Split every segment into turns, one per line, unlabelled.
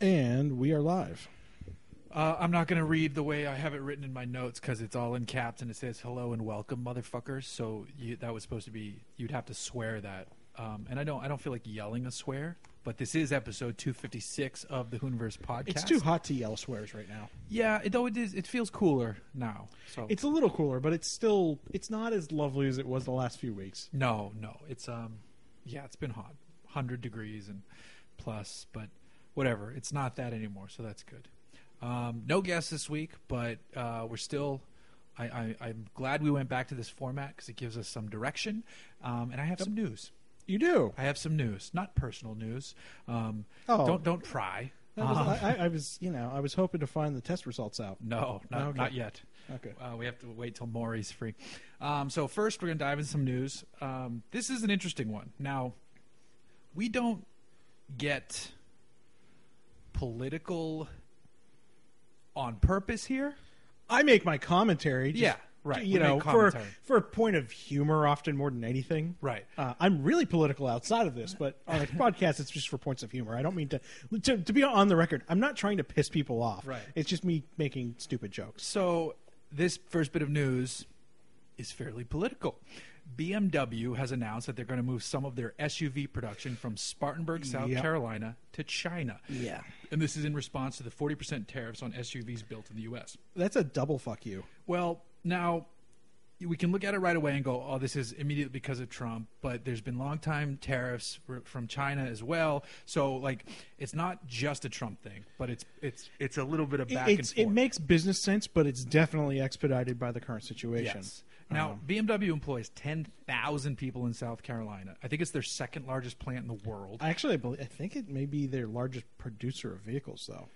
And we are live.
Uh, I'm not going to read the way I have it written in my notes because it's all in caps and it says "Hello and welcome, motherfuckers." So you, that was supposed to be you'd have to swear that, um, and I don't I don't feel like yelling a swear, but this is episode 256 of the Hoonverse podcast.
It's too hot to yell swears right now.
Yeah, it, though it is. It feels cooler now. So
It's a little cooler, but it's still it's not as lovely as it was the last few weeks.
no, no. It's um, yeah, it's been hot, hundred degrees and plus, but whatever. It's not that anymore, so that's good. Um, no guests this week, but uh, we're still. I, I, I'm glad we went back to this format because it gives us some direction, um, and I have some news.
You do.
I have some news, not personal news. Um,
Oh.
Don't don't pry.
That was-
Um,
I, I- I was, you know, I was hoping to find the test results out.
no, not,
Okay.
not yet.
Okay.
Uh, we have to wait till Maury's free. Um, so first, we're gonna dive into some news. Um, this is an interesting one. Now, we don't get political on purpose here.
I make my commentary. Just,
Yeah, right.
You
We
know,
make
for
commentary.
for a point of humor, often more than anything.
Right.
Uh, I'm really political outside of this, but on a podcast, it's just for points of humor. I don't mean to, to to be on the record. I'm not trying to piss people off.
Right.
It's just me making stupid jokes.
So, this first bit of news is fairly political. BMW has announced that they're going to move some of their SUV production from Spartanburg, South
Yep.
Carolina to China.
Yeah.
And this is in response to the 40% tariffs on SUVs built in the U.S.
That's a double fuck you.
Well, now we can look at it right away and go, "Oh, this is immediately because of Trump." But there's been long time tariffs fr- from China as well, so like it's not just a Trump thing, but it's it's it's a little bit of back
it's,
and forth.
It makes business sense, but it's definitely expedited by the current situation.
Yes. Um, Now, BMW employs 10,000 people in South Carolina. I think it's their second largest plant in the world. I,
Actually, I, believe, I think it may be their largest producer of vehicles, though.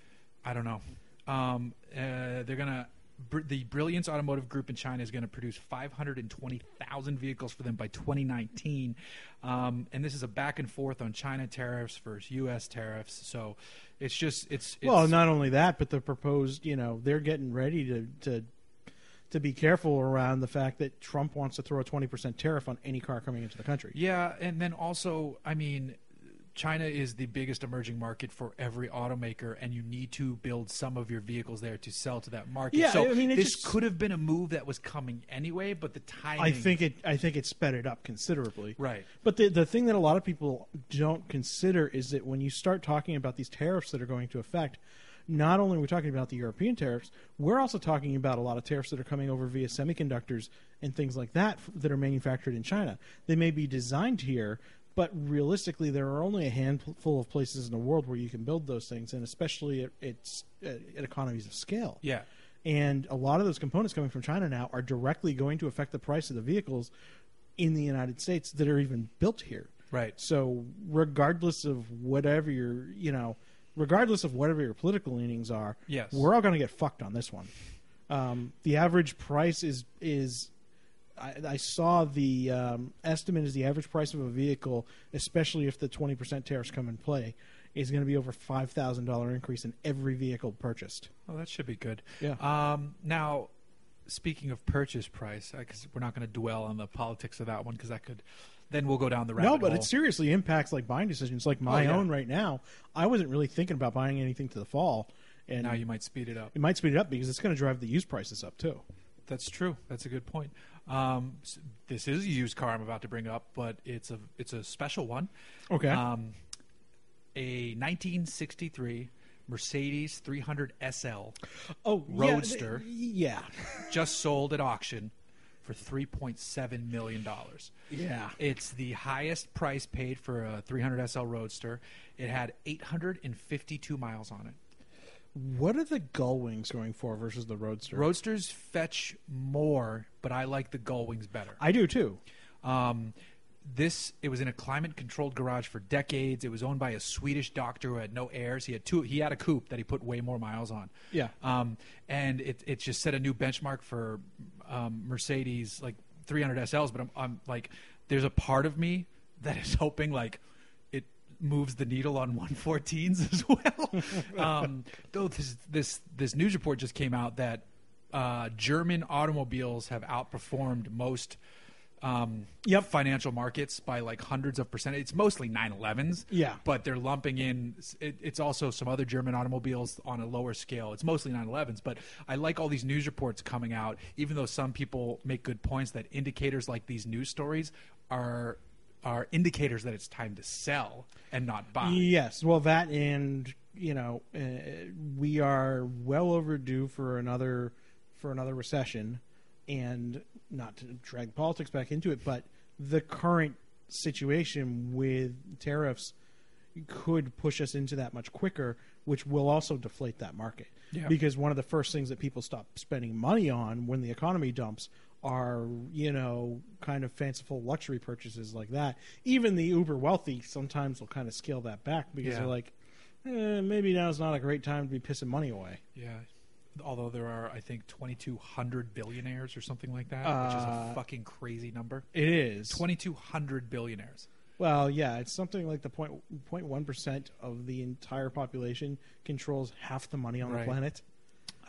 don't know. Um, uh, they're going to. Br- the Brilliance Automotive Group in China is going to produce 520,000 vehicles for them by 2019. Um, and this is a back and forth on China tariffs versus U.S. tariffs. So it's just, it's. it's
well, not only that, but the proposed, you know, they're getting ready to, to to be careful around the fact that Trump wants to throw a 20% tariff on any car coming into the country.
Yeah, and then also, I mean, China is the biggest emerging market for every automaker, and you need to build some of your vehicles there to sell to that market.
Yeah,
so
I mean, it
this
just-
could have been a move that was coming anyway, but the timing.
I think it I think it sped it up considerably.
Right.
But the the thing that a lot of people don't consider is that when you start talking about these tariffs that are going to affect not only are we talking about the European tariffs, we're also talking about a lot of tariffs that are coming over via semiconductors and things like that f- that are manufactured in China. They may be designed here, but realistically, there are only a handful of places in the world where you can build those things, and especially at, it's, at, at economies of scale.
Yeah.
And a lot of those components coming from China now are directly going to affect the price of the vehicles in the United States that are even built here.
Right.
So regardless of whatever your you know, regardless of whatever your political leanings are,
Yes.
we're all going to get fucked on this one. Um, the average price is is I, I saw the um, estimate is the average price of a vehicle, especially if the twenty percent tariffs come in play, is going to be over five thousand dollar increase in every vehicle purchased.
Well, that should be good.
Yeah.
Um, now, speaking of purchase price, because we're not going to dwell on the politics of that one, because that could. Then we'll go down the rabbit
No, but
hole. Oh,
it seriously impacts like buying decisions, like my
yeah.
own right now. I wasn't really thinking about buying anything to the fall, and
Now you might speed it up.
it might speed it up because it's going to drive the used prices up too.
That's true. That's a good point. Um, s- this is a used car I'm about to bring up, but it's a it's a special one.
Okay.
Um, a 1963 Mercedes 300 SL
Oh, yeah,
Roadster.
th- Yeah,
just sold at auction for 3.7 million dollars.
Yeah.
It's the highest price paid for a 300 SL Roadster. It had 852 miles on it.
What are the gull wings going for versus the roadster?
Roadsters fetch more, but I like the gull wings better.
I do too.
Um, this it was in a climate controlled garage for decades. It was owned by a Swedish doctor who had no heirs. He had two. He had a coupe that he put way more miles on.
Yeah.
Um, and it it just set a new benchmark for um, Mercedes like 300 SLs. But I'm, I'm like, there's a part of me that is hoping like it moves the needle on 114s as well. um, though this this this news report just came out that uh, German automobiles have outperformed most um,
Yep.
financial markets by like hundreds of percent. It's mostly 911s.
Yeah.
But they're lumping in, it, it's also some other German automobiles on a lower scale. It's mostly 911s. But I like all these news reports coming out, even though some people make good points that indicators like these news stories are are indicators that it's time to sell and not buy.
Yes, well, that and you know uh, we are well overdue for another for another recession, and not to drag politics back into it, but the current situation with tariffs could push us into that much quicker, which will also deflate that market.
Yeah.
Because one of the first things that people stop spending money on when the economy dumps are, you know, kind of fanciful luxury purchases like that. Even the uber wealthy sometimes will kind of scale that back because
Yeah.
they're like, eh, maybe now's not a great time to be pissing money away.
Yeah. Although there are, I think, 2,200 billionaires or something like that, which is a
Uh,
fucking crazy number.
It is.
2,200 billionaires.
Well, yeah, it's something like the point point one percent of the entire population controls half the money on
Right.
the planet.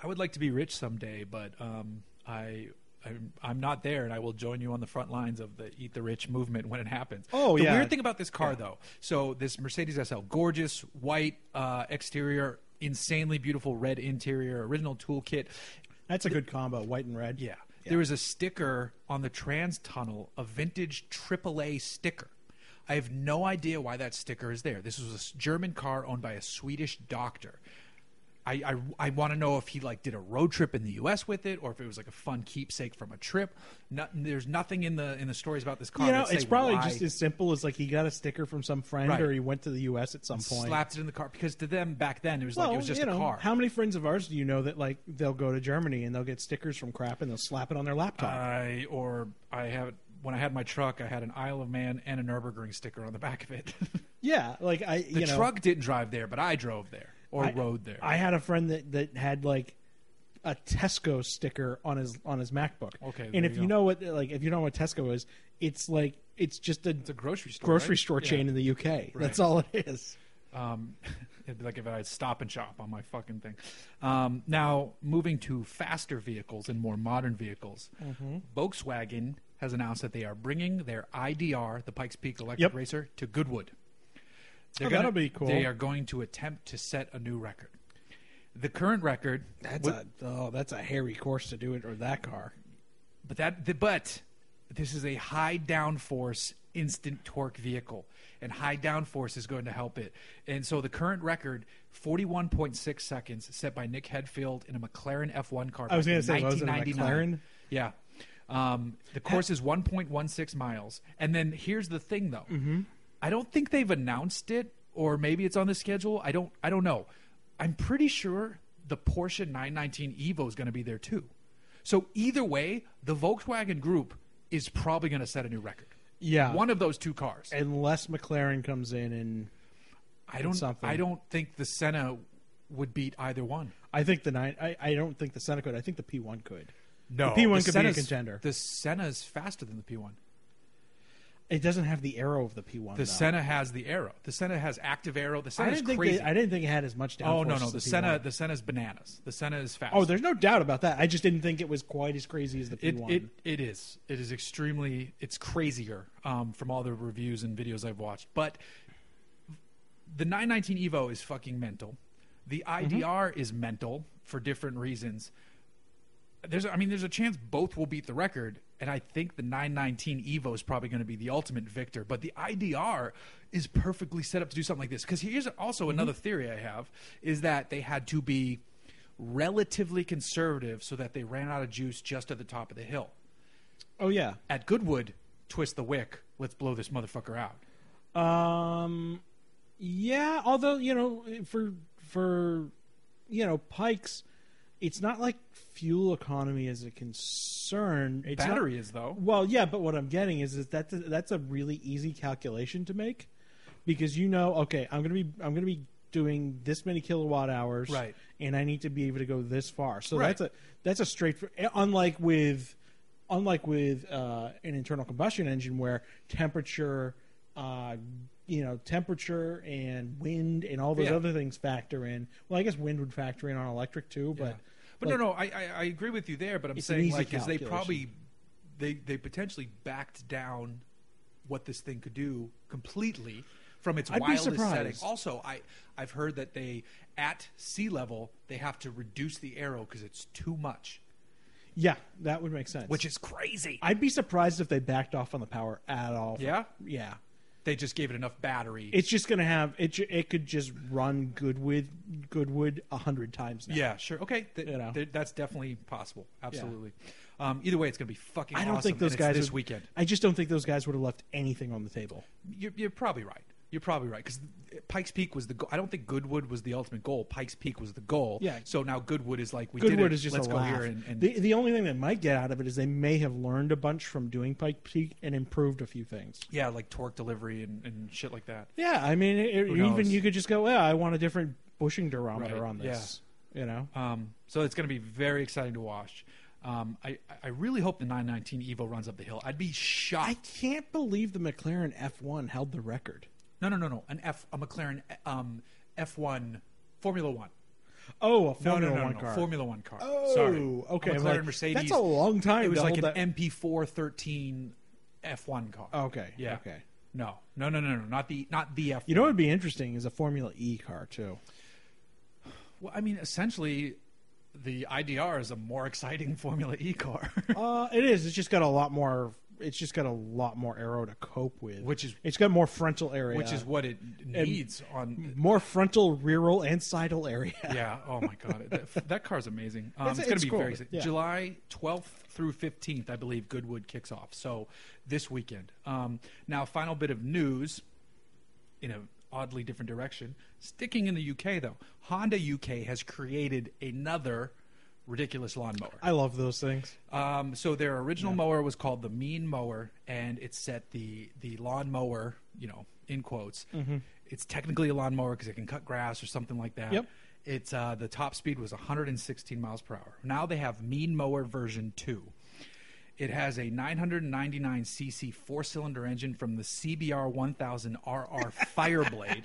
I would like to be rich someday, but um, I. I'm, I'm not there, and I will join you on the front lines of the "Eat the Rich" movement when it happens.
Oh,
the
yeah.
weird thing about this car, though, so this Mercedes SL, gorgeous white uh, exterior, insanely beautiful red interior, original toolkit.
That's a good combo, white and red.
Yeah. There was a sticker on the trans tunnel, a vintage AAA sticker. I have no idea why that sticker is there. This was a s- German car owned by a Swedish doctor. I, I, I want to know if he like did a road trip in the U.S. with it, or if it was like a fun keepsake from a trip. No, there's nothing in the in the stories about this car.
You know,
that say
it's probably
why
just as simple as like he got a sticker from some friend
Right.
or he went to the U.S. at some point.
slapped it in the car because to them back then it was like it was just
you know,
a car.
How many friends of ours do you know that like they'll go to Germany and they'll get stickers from crap and they'll slap it on their laptop?
I or I have when I had my truck, I had an Isle of Man and a Nurburgring sticker on the back of it.
yeah, like I
The
you know,
truck didn't drive there, but I drove there or
I-
rode there.
I had a friend that that had like a Tesco sticker on his on his MacBook.
Okay, there
and if
you
you,
go.
know what like if you know what Tesco is, it's like it's just a
it's a grocery store.
grocery
right?
store
Yeah.
chain in the UK. That's all it is.
Um, it'd be like if I had Stop and Shop on my fucking thing. Um, now moving to faster vehicles and more modern vehicles,
Mm-hmm.
Volkswagen has announced that they are bringing their IDR, the Pikes Peak Electric
Yep.
Racer, to Goodwood. They're
Oh,
gonna-
that'll be cool.
They are going to attempt to set a new record. The current record
That's
wa-
a oh, that's a hairy course to do it or that car.
But that, the, but this is a high downforce instant torque vehicle, and high downforce is going to help it. And so the current record, forty-one point six seconds, set by Nick Headfield in a McLaren F1 car.
I was
back in
gonna say, what was it, a
1999.
McLaren?
Yeah. Um, the course is 1.16 miles. And then here's the thing, though.
Mm-hmm.
I don't think they've announced it, or maybe it's on the schedule. I don't. I don't know. I'm pretty sure the Porsche 919 Evo is going to be there too. So either way, the Volkswagen Group is probably going to set a new record.
Yeah.
One of those two cars.
Unless McLaren comes in and
I don't.
something.
I don't think the Senna would beat either one.
I think the nine. I, I don't think the Senna could. I think the P one could.
No,
the P one could be a contender.
The Senna's faster than the P1.
it doesn't have the arrow of the P one.
The Senna has the arrow. The Senna has active arrow. The
I
Senna's
didn't think.
crazy.
They, I didn't think it had as much downforce.
oh no no
as
the
P1.
Senna the Senna's bananas. The Senna is fast.
Oh, there's no doubt about that. I just didn't think it was quite as crazy as the P
it, it
one.
it is it is extremely it's crazier um, from all the reviews and videos I've watched. But the 919 Evo is fucking mental. The
Mm-hmm.
IDR is mental for different reasons. There's I mean there's a chance both will beat the record, and I think the 919 Evo is probably going to be the ultimate victor. But the IDR is perfectly set up to do something like this. Because here's also another theory I have is that they had to be relatively conservative so that they ran out of juice just at the top of the hill.
Oh yeah.
At Goodwood, twist the wick. Let's blow this motherfucker out.
Um. Yeah. Although you know, for for you know, Pikes, it's not like fuel economy is a concern. It's not-
Battery is though.
Well, yeah, but what I'm getting is, is that that's a really easy calculation to make because you know, okay, I'm gonna be I'm gonna be doing this many kilowatt hours,
Right.
And I need to be able to go this far. So
Right.
that's a that's a straight. Unlike with unlike with uh, an internal combustion engine where temperature. Uh, you know, temperature and wind and all those
Yeah.
other things factor in. Well, I guess wind would factor in on electric too,
Yeah.
but
but
like-
no, no, I, I I agree with you there. But I'm
It's an
saying
easy
like is they
calculation.
probably they they potentially backed down what this thing could do completely from its
I'd be
wildest setting.
surprised.
Also, I I've heard that they at sea level they have to reduce the arrow because it's too much,
yeah, that would make sense.
which is crazy.
I'd be surprised if they backed off on the power at all.
Yeah?
yeah.
they just gave it enough battery.
It's just gonna have it. ju- It could just run Goodwood Goodwood a hundred times now.
yeah, sure. Okay, th-
You know.
th- that's definitely possible. Absolutely. Um, either way, it's going to be fucking.
I don't
awesome,
think
and
those
it's
guys
this
would-
weekend.
I just don't think those guys would have left anything on the table.
You're, you're probably right. You're probably right because Pikes Peak was the. Go- I don't think Goodwood was the ultimate goal. Pikes Peak was the goal.
Yeah.
So now Goodwood is like we did
Goodwood
it.
is just
Let's
a
go
laugh.
here and, and
the the only thing they might get out of it is they may have learned a bunch from doing Pike Peak and improved a few things.
yeah, like torque delivery and, and shit like that.
Yeah, I mean, it,
Who
even
knows?
you could just go, yeah, I want a different bushing durometer
Right,
on this. You know,
Um, so it's going to be very exciting to watch. Um, I I really hope the 919 Evo runs up the hill. I'd be
I
shocked.
can't believe the McLaren F1 held the record.
No, no, no, no. An F a McLaren um, F1 Formula One.
Oh, a
No,
Formula
no, no,
One
no,
car.
Formula One car.
Oh,
Sorry.
okay.
A
I'm
McLaren
like,
Mercedes.
that's a long time
It was
to
like an
hold that-
MP413 F1 car.
Okay.
Yeah.
Okay.
No. No. No. No. No. Not the. Not the F.
You know what would be interesting is a Formula E car too.
Well, I mean, essentially, the IDR is a more exciting Formula E car,
Uh, it is. It's just got a lot more. It's just got a lot more arrow to cope with.
Which is-
it's got more frontal area.
which is what it needs on.
more frontal, rear, and sidal area.
Yeah. Oh my God, that, that car's amazing. Um,
It's-
it's, going
it's
to be
cool.
very exciting.
Yeah.
July twelfth through fifteenth, I believe Goodwood kicks off. So this weekend. Um, now, final bit of news. in an oddly different direction. Sticking in the UK though, Honda UK has created another ridiculous lawnmower.
I love those things.
Um, so their original mower was called the Mean Mower, and it set the the lawnmower, you know, in quotes. It's technically a lawnmower because it can cut grass or something like that.
Yep.
It's uh, the top speed was 116 miles per hour. Now they have Mean Mower version two. It has a 999 cc four cylinder engine from the CBR 1000 RR Fireblade,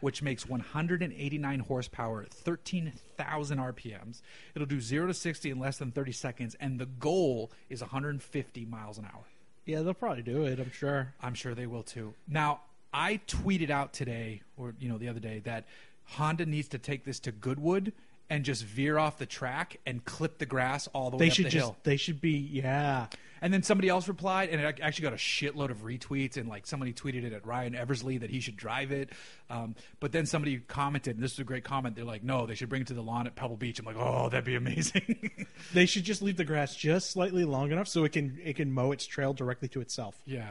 which makes 189 horsepower, at 13,000 RPMs. It'll do 0 to 60 in less than 30 seconds, and the goal is 150 miles an hour.
Yeah, they'll probably do it. I'm sure.
I'm sure they will too. Now, I tweeted out today, or you know, the other day, that Honda needs to take this to Goodwood and just veer off the track and clip the grass all the way
They
up
should
the
just.
hill.
They should be. Yeah.
And then somebody else replied, and it actually got a shitload of retweets. And like somebody tweeted it at Ryan Eversley that he should drive it. Um, but then somebody commented, and this is a great comment. They're like, "No, they should bring it to the lawn at Pebble Beach." I'm like, "Oh, that'd be amazing."
They should just leave the grass just slightly long enough so it can it can mow its trail directly to itself.
yeah.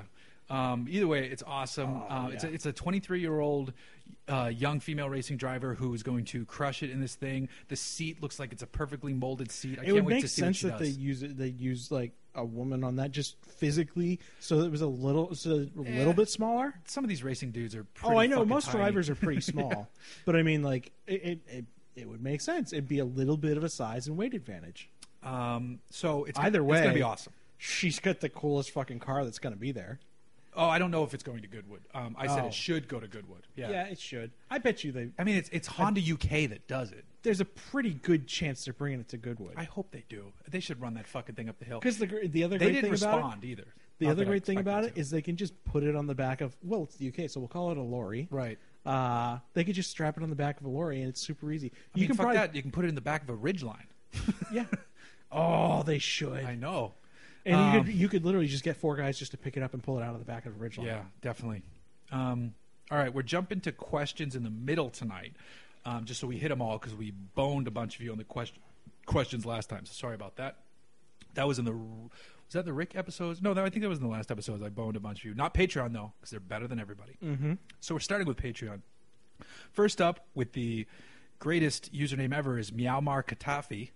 Um, either way, it's awesome. um, It's a,
Oh, yeah.
it's a 23 year old uh, young female racing driver who is going to crush it in this thing. The seat looks like it's a perfectly molded seat. I
It
can't
would
wait
make
to see
sense
what she
that
does.
they use it. They use like a woman on that just physically, so it was a little, so a
Eh.
little bit smaller.
Some of these racing dudes are. Pretty
Oh, I know.
fucking
Most
tiny.
drivers are pretty small, but I mean, like it, it, it, it would make sense. It'd be a little bit of a size and weight advantage.
Um, so it's
Either
it's
way,
gonna be awesome.
She's got the coolest fucking car that's going to be there.
Oh, I don't know if it's going to Goodwood. Um, I said
Oh.
it should go to Goodwood. Yeah.
it should. I bet you they.
I mean, it's it's Honda UK that does it.
There's a pretty good chance they're bringing it to Goodwood
I hope they do. They should run that fucking thing up the hill.
because the gr- the other
they
great
didn't
thing about it,
respond either.
the
Not
other
that I
great thing
expected
about it
to.
is they can just put it on the back of well, it's the UK, so we'll call it a lorry.
right.
Uh, they could just strap it on the back of a lorry, and it's super easy.
You can fuck that. You can put it in the back of a ridge line.
yeah. Oh, they should.
I know.
And you
Um,
could you could literally just get four guys just to pick it up and pull it out of the back of the ridge line.
Yeah, definitely. Um, all right, we're jumping to questions in the middle tonight, um, just so we hit them all because we boned a bunch of you on the question questions last time. So sorry about that. That was in the was that the Rick episodes? No, that, I think that was in the last episodes. I boned a bunch of you. Not Patreon though, because they're better than everybody. Mm-hmm. So we're starting with Patreon. First up with the greatest username ever is Myanmar Katafi.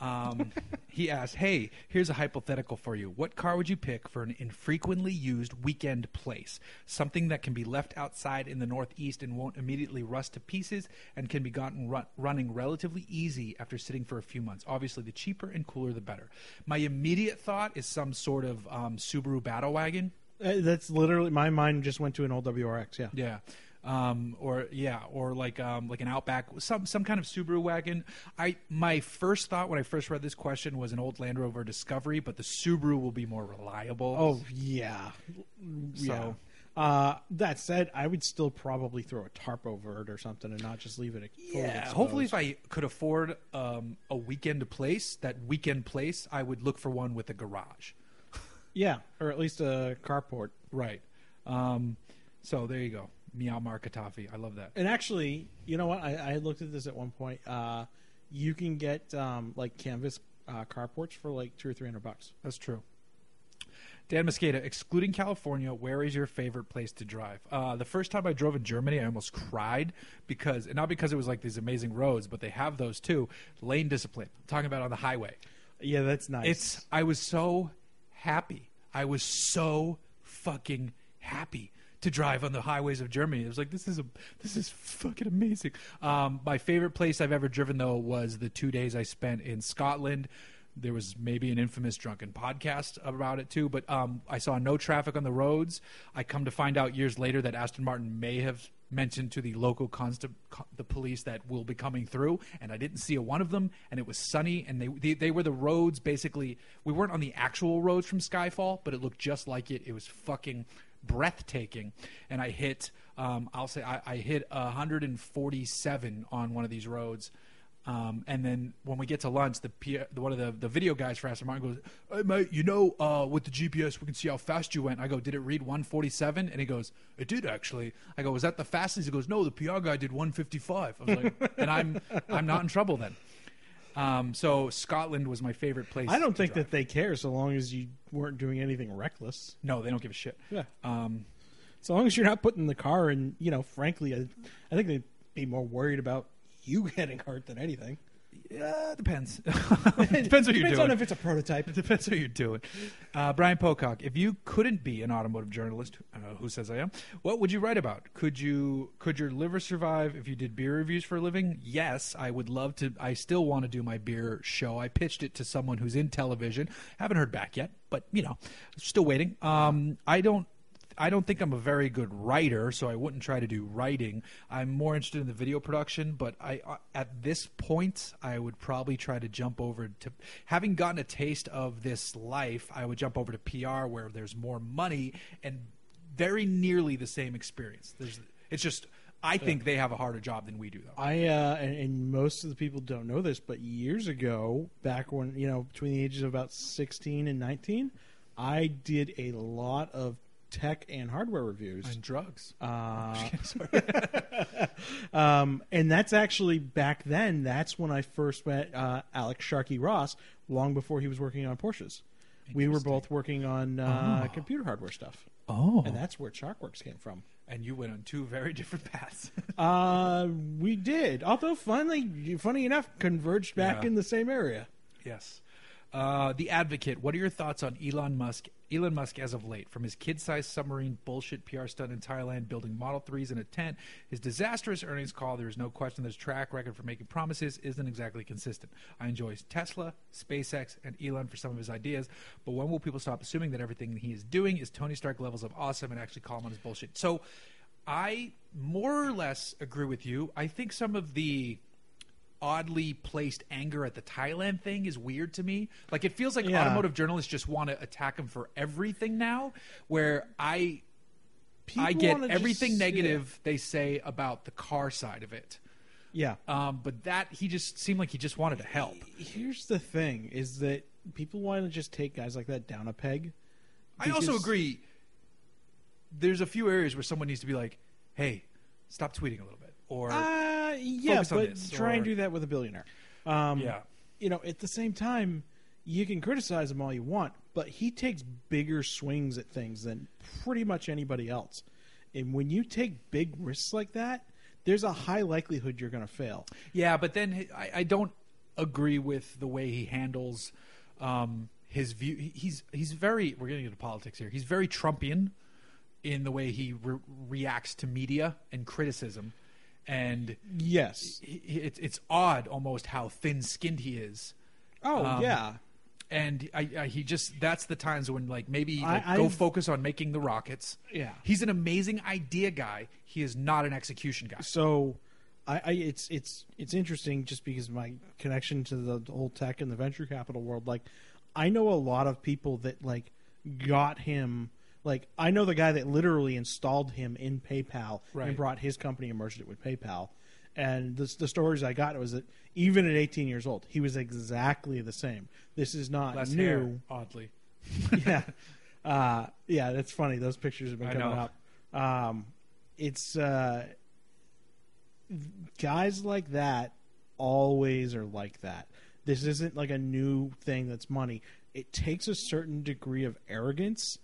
Um, he asked, "Hey, here's a hypothetical for you. What car would you pick for an infrequently used weekend place? Something that can be left outside in the Northeast and won't immediately rust to pieces, and can be gotten run- running relatively easy after sitting for a few months. Obviously, the cheaper and cooler, the better. My immediate thought is some sort of um, Subaru Battle Wagon."
Uh, That's literally my mind just went to an old WRX. Yeah.
Yeah. Um, or yeah, or like um, like an Outback, some some kind of Subaru wagon. I my first thought when I first read this question was an old Land Rover Discovery, but the Subaru will be more reliable.
Oh yeah. Yeah.
So-
Uh, that said, I would still probably throw a tarp over it or something and not just leave it. fully
yeah.
exposed.
Hopefully, if I could afford um, a weekend place, that weekend place, I would look for one with a garage.
Yeah, or at least a carport.
Right. Um, so there you go, Meow Markatafi. I love that.
And actually, you know what? I, I had looked at this at one point. Uh, you can get um, like canvas uh, carports for like two or three hundred bucks.
That's true. Dan Mosqueda, excluding California, where is your favorite place to drive? Uh, the first time I drove in Germany, I almost cried because, and not because it was like these amazing roads, but they have those too. Lane discipline. I'm talking about on the highway.
Yeah, that's nice.
It's. I was so happy. I was so fucking happy to drive on the highways of Germany. It was like this is a this is fucking amazing. Um, my favorite place I've ever driven though was the two days I spent in Scotland. There was maybe an infamous drunken podcast about it too, but um, I saw no traffic on the roads. I come to find out years later that Aston Martin may have mentioned to the local constab- co- the police that will be coming through and i didn't see a one of them and it was sunny and they, they they were the roads basically we weren't on the actual roads from skyfall but it looked just like it it was fucking breathtaking and i hit um, i'll say I, I hit 147 on one of these roads um, and then when we get to lunch, the, P- the one of the, the video guys for Aston Martin goes, "Hey mate, you know, uh, with the GPS, we can see how fast you went." I go, "Did it read 147?" And he goes, "It did actually." I go, "Was that the fastest?" He goes, "No, the PR guy did 155." I was like, "And I'm I'm not in trouble then." Um, so Scotland was my favorite place.
I don't
to
think
drive.
that they care so long as you weren't doing anything reckless.
No, they don't give a shit.
Yeah.
Um,
So long as you're not putting the car in, you know, frankly, I, I think they'd be more worried about you getting hurt than anything.
yeah, it depends. depends what you're
Depends
doing.
on if it's a prototype.
It depends who you're doing. Uh, Brian Pocock, if you couldn't be an automotive journalist, uh, who says I am? What would you write about? Could you could your liver survive if you did beer reviews for a living? Yes, I would love to. I still want to do my beer show. I pitched it to someone who's in television. Haven't heard back yet, but you know, still waiting. Um, I don't. I don't think I'm a very good writer, so I wouldn't try to do writing. I'm more interested in the video production, but I uh, at this point I would probably try to jump over to having gotten a taste of this life, I would jump over to PR where there's more money and very nearly the same experience. There's it's just I think they have a harder job than we do though.
I uh, and, and most of the people don't know this, but years ago, back when you know between the ages of about sixteen and nineteen, I did a lot of tech and hardware reviews.
And drugs.
Uh,
Sorry.
um, and that's actually back then. That's when I first met uh, Alex Sharkey Ross, long before he was working on Porsches. We were
Interesting.
both working on uh,
Ah.
computer hardware stuff,
Oh.
and that's where Chalkworks came from.
And you went on two very different paths.
Uh, we did, although finally, funny enough, converged back
Yeah.
in the same area.
Yes. Uh, the Advocate. What are your thoughts on Elon Musk? Elon Musk, as of late, from his kid-sized submarine bullshit PR stunt in Thailand, building Model Threes in a tent, his disastrous earnings call. There is no question that his track record for making promises isn't exactly consistent. I enjoy Tesla, SpaceX, and Elon for some of his ideas, but when will people stop assuming that everything he is doing is Tony Stark levels of awesome and actually call him on his bullshit? So, I more or less agree with you. I think some of the oddly placed anger at the Thailand thing is weird to me. Like it feels like
Yeah.
automotive journalists just want to attack him for everything now. Where I I
People
get
wanna
everything
just-
negative they say about the car side of it,
Yeah.
um, but that he just seemed like he just wanted to help.
Here's the thing: is that people want to just take guys like that down a peg.
I also
because-
agree. There's a few areas where someone needs to be like, "Hey, stop tweeting a little bit," or
Uh, yeah,
Focus on
but
this,
try and
or-
do that with a billionaire. Um,
yeah,
You know, at the same time, you can criticize him all you want, but he takes bigger swings at things than pretty much anybody else. And when you take big risks like that, there's a high likelihood you're going to fail.
yeah. But then I, I don't agree with the way he handles um, his view. he- He's he's very. We're getting into politics here. He's very Trumpian in the way he re- reacts to media and criticism, and
Yes.
he, he- it's it's odd almost how thin-skinned he is.
Oh
Um,
yeah.
And I, I, he just, that's the times when, like, maybe
I-
like, go
I've-
focus on making the rockets.
Yeah.
He's an amazing idea guy. He is not an execution guy.
So, I, I it's it's it's interesting just because of my connection to the whole tech and the venture capital world. Like, I know a lot of people that like got him. Like, I know the guy that literally installed him in PayPal
Right.
and brought his company and merged it with PayPal. And the, the stories I got was that even at 18 years old, he was exactly the same. This is not
Less
new.
hair, oddly.
yeah, uh, yeah, that's funny. Those pictures have been
I
coming
know.
up. Um, it's uh, guys like that always are like that. This isn't like a new thing that's money. It takes a certain degree of arrogance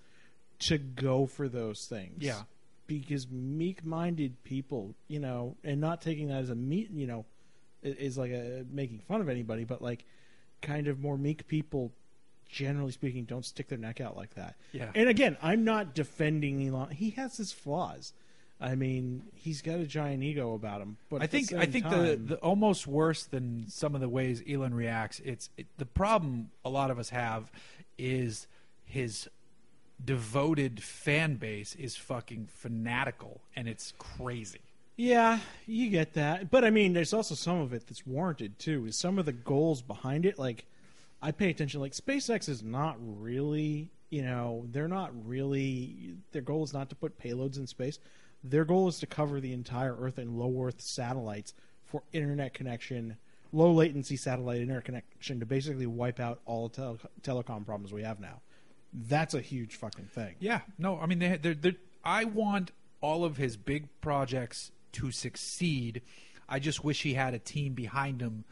to go for those things.
Yeah.
Because meek minded people, you know, and not taking that as a meat, you know, i- is like a making fun of anybody, but like kind of more meek people, generally speaking, don't stick their neck out like that.
Yeah.
And again, I'm not defending Elon. He has his flaws. I mean, he's got a giant ego about him, but
I
at the
think I
same
think
time-
the, the almost worse than some of the ways Elon reacts. It's it, the problem a lot of us have is his devoted fan base is fucking fanatical and it's crazy.
Yeah, you get that. But I mean, there's also some of it that's warranted too. Is some of the goals behind it like I pay attention like SpaceX is not really, you know, they're not really their goal is not to put payloads in space. Their goal is to cover the entire Earth and low Earth satellites for internet connection, low latency satellite internet connection to basically wipe out all tele- telecom problems we have now. That's a huge fucking thing.
Yeah, no, I mean, they, they're, they're, I want all of his big projects to succeed. I just wish he had a team behind him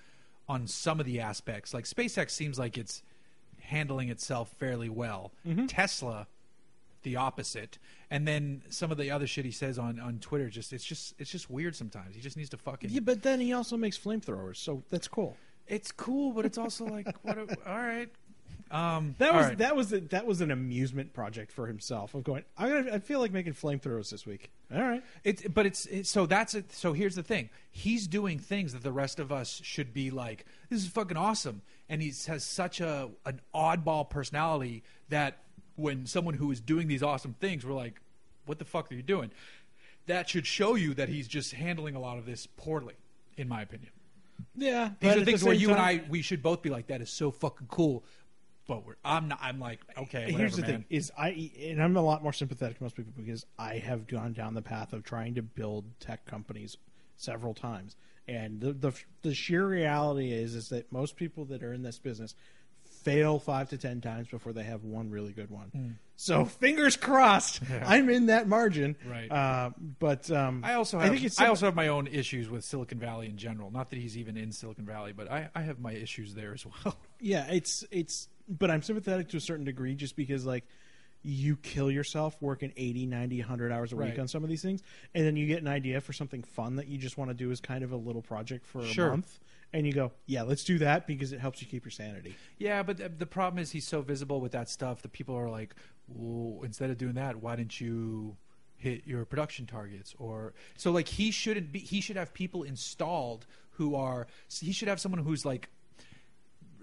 on some of the aspects. Like SpaceX seems like it's handling itself fairly well.
Mm-hmm.
Tesla, the opposite. And then some of the other shit he says on, on Twitter, just it's just it's just weird sometimes. He just needs to fucking.
Yeah, but then he also makes flamethrowers, so that's cool.
It's cool, but it's also like, what? A, all right. Um,
That
all
was
right.
that was that was an amusement project for himself of going. I I feel like making flamethrowers this week. All right,
It's but it's, it's so that's it. So here's the thing: he's doing things that the rest of us should be like, "This is fucking awesome," and he has such a an oddball personality that when someone who is doing these awesome things, we're like, "What the fuck are you doing?" That should show you that he's just handling a lot of this poorly, in my opinion.
yeah.
These are things where you and I we should both be like, "That is so fucking cool," but we're I'm not. I'm like, okay, whatever,
Here's the
man.
thing: is I and I'm a lot more sympathetic to most people because I have gone down the path of trying to build tech companies several times, and the the, the sheer reality is is that most people that are in this business fail five to ten times before they have one really good one. So fingers crossed, I'm in that margin.
Right.
Uh, but um,
I also have I,
think it's
also have my own issues with Silicon Valley in general. Not that he's even in Silicon Valley, but I, I have my issues there as well.
yeah it's it's but i'm sympathetic to a certain degree just because like you kill yourself working 80 90 100 hours a
Right.
week on some of these things and then you get an idea for something fun that you just want to do as kind of a little project for a
Sure.
month and you go yeah let's do that because it helps you keep your sanity
yeah, but the, the problem is he's so visible with that stuff that people are like, well, instead of doing that, why didn't you hit your production targets? Or so like he shouldn't be. He should have people installed who are. He should have someone who's like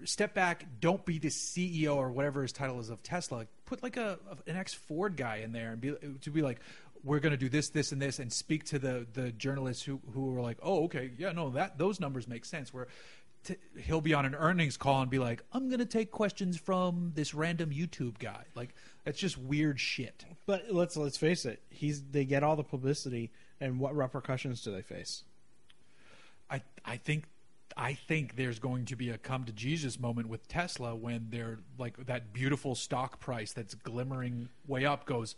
step back don't be the ceo or whatever his title is of tesla put like a an ex ford guy in there and be to be like we're going to do this this and this and speak to the the journalists who who are like oh okay yeah no that those numbers make sense where t- he'll be on an earnings call and be like i'm going to take questions from this random youtube guy like that's just weird shit
but let's let's face it he's they get all the publicity and what repercussions do they face
I I think I think there's going to be a come to Jesus moment with Tesla when they're like that beautiful stock price that's glimmering way up goes.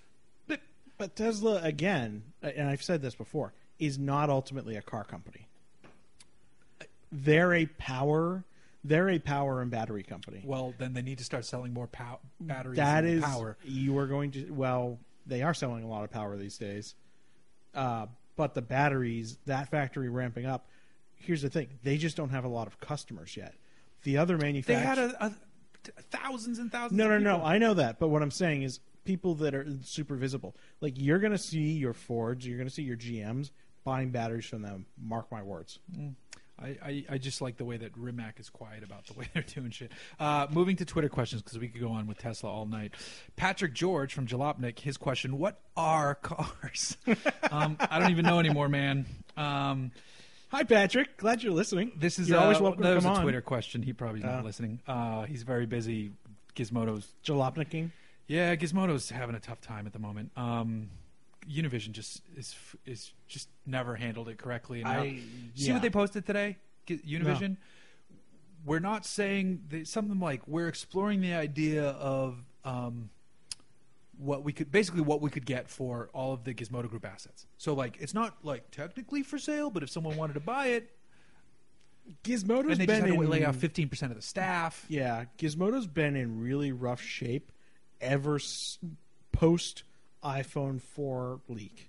"Blip."
but tesla again and i've said this before is not ultimately a car company they're a power they're a power and battery company
Well, then they need to start selling more pow- batteries
That
and
is
power.
You are going to well, they are selling a lot of power these days. Uh, but the batteries, that factory ramping up. Here's the thing: they just don't have a lot of customers yet. the other
They
manufacturer.
had a, a t- thousands and thousands.
No, no,
of
no.
people.
I know that, but what I'm saying is people that are super visible. Like you're going to see your Fords, you're going to see your GMs buying batteries from them. Mark my words.
I, I, I just like the way that Rimac is quiet about the way they're doing shit. Uh, moving to Twitter questions because we could go on with Tesla all night. Patrick George from Jalopnik, his question: What are cars? um, I don't even know anymore, man. Um,
Hi, Patrick. Glad you're listening.
this is
you're
uh,
always welcome
That
to
was
come
a
on. Oh.
Twitter question. He probably's not listening. Uh, he's very busy. Gizmodo's
Jalopnicking.
yeah, Gizmodo's having a tough time at the moment. Um, Univision just is is just never handled it correctly. And now-
I-
see
yeah.
what they posted today, G- Univision. We're not saying that, something like we're exploring the idea of um, what we could basically what we could get for all of the Gizmodo Group assets. So like it's not like technically for sale, but if someone wanted to buy it,
Gizmodo's
and they
been
just had to
in,
lay off fifteen percent of the staff.
Yeah, Gizmodo's been in really rough shape ever s- post iPhone 4 leak.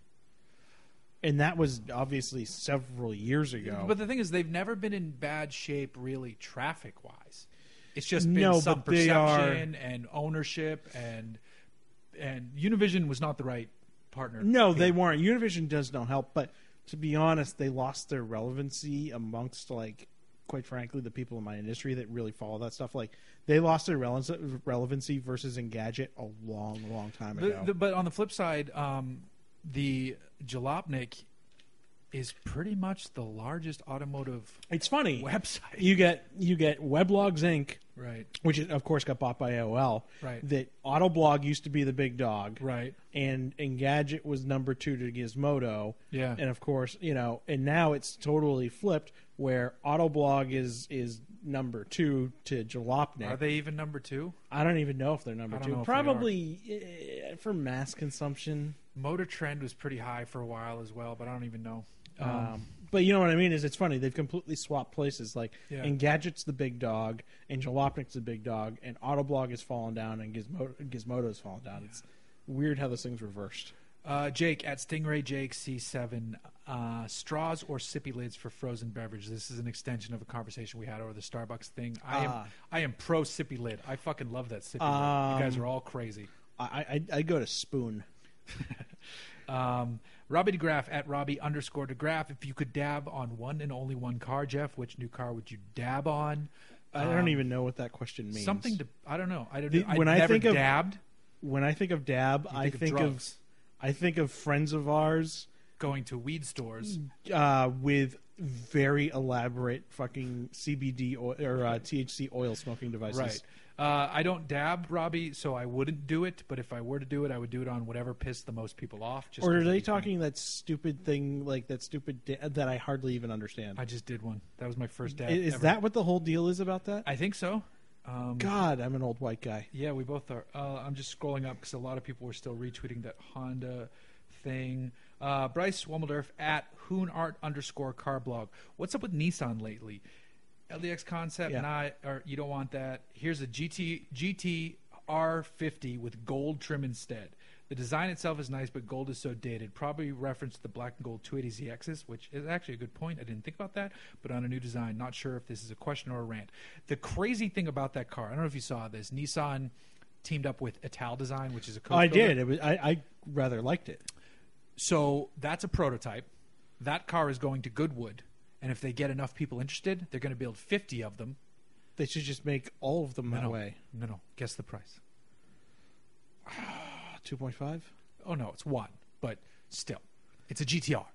And that was obviously several years ago.
But the thing is, they've never been in bad shape, really, traffic wise. It's just been
No,
some
but they are-
perception and ownership, and and Univision was not the right partner.
No,
Yeah.
they weren't. Univision does no help, but to be honest, they lost their relevancy amongst like quite frankly the people in my industry that really follow that stuff like they lost their rele- relevancy versus Engadget a long long time
The-
ago.
the- but on the flip side, um, the Jalopnik is pretty much the largest automotive
it's funny.
website,
You get you get Weblogs Inc,
right?
which of course got bought by AOL.
Right.
That Autoblog used to be the big dog.
Right.
And Engadget was number two to Gizmodo.
Yeah.
And of course, you know, and now it's totally flipped where Autoblog is is number two to Jalopnik.
Are they even number two?
I don't even know if they're number
I don't know
two.
if they are.
Probably eh, for mass consumption.
Motor Trend was pretty high for a while as well, but I don't even know.
Um, but you know what I mean is it's funny they've completely swapped places. Like
Yeah.
Engadget's the big dog, and Jalopnik's the big dog, and Autoblog is fallen down, and Gizmodo, Gizmodo's fallen down. It's weird how this thing's reversed.
Uh, Jake at Stingray Jake C7. Uh, straws or sippy lids for frozen beverage. This is an extension of a conversation we had over the Starbucks thing. I am
Ah.
I am pro sippy lid. I fucking love that sippy lid.
Um,
You guys are all crazy.
I I, I go to Spoon.
Um, Robbie DeGraff at Robbie underscore DeGraff. If you could dab on one and only one car, Jeff, which new car would you dab on?
I don't even know what that question means.
Um, Something to I don't know. I don't
The-
know. I
when I
never
think of-
dabbed
when I think of dab, I
think of
think of,
drugs.
I think of friends of ours
going to weed stores.
uh, with very elaborate fucking CBD oil, or uh, THC oil smoking devices.
Right. Uh, I don't dab, Robbie, so I wouldn't do it. But if I were to do it, I would do it on whatever pissed the most people off. Just
Or
'cause
are they
it'd be funny.
talking that stupid thing, like that stupid da- that I hardly even understand?
I just did one. That was my first dab.
I- is
ever.
that what the whole deal is about that?
I think so. Um,
God, I'm an old white guy.
Yeah, we both are. Uh, I'm just scrolling up because a lot of people were still retweeting that Honda thing. Uh, Bryce Wommeldorf at Hoonart underscore car blog. What's up with Nissan lately? LDX concept,
Yeah.
nah, or you don't want that. Here's a GT GT R50 with gold trim instead. The design itself is nice, but gold is so dated. Probably reference to the black and gold 280ZXs, which is actually a good point. I didn't think about that, but on a new design, not sure if this is a question or a rant. The crazy thing about that car, I don't know if you saw this, Nissan teamed up with Ital Design, which is a coach
I did. It was, I, I rather liked it.
so that's a prototype. That car is going to Goodwood, and if they get enough people interested, they're going to build 50 of them.
They should just make all of them that
No,
way.
no, no. Guess the price.
Two point five.
oh no, it's one, but still, it's a GTR.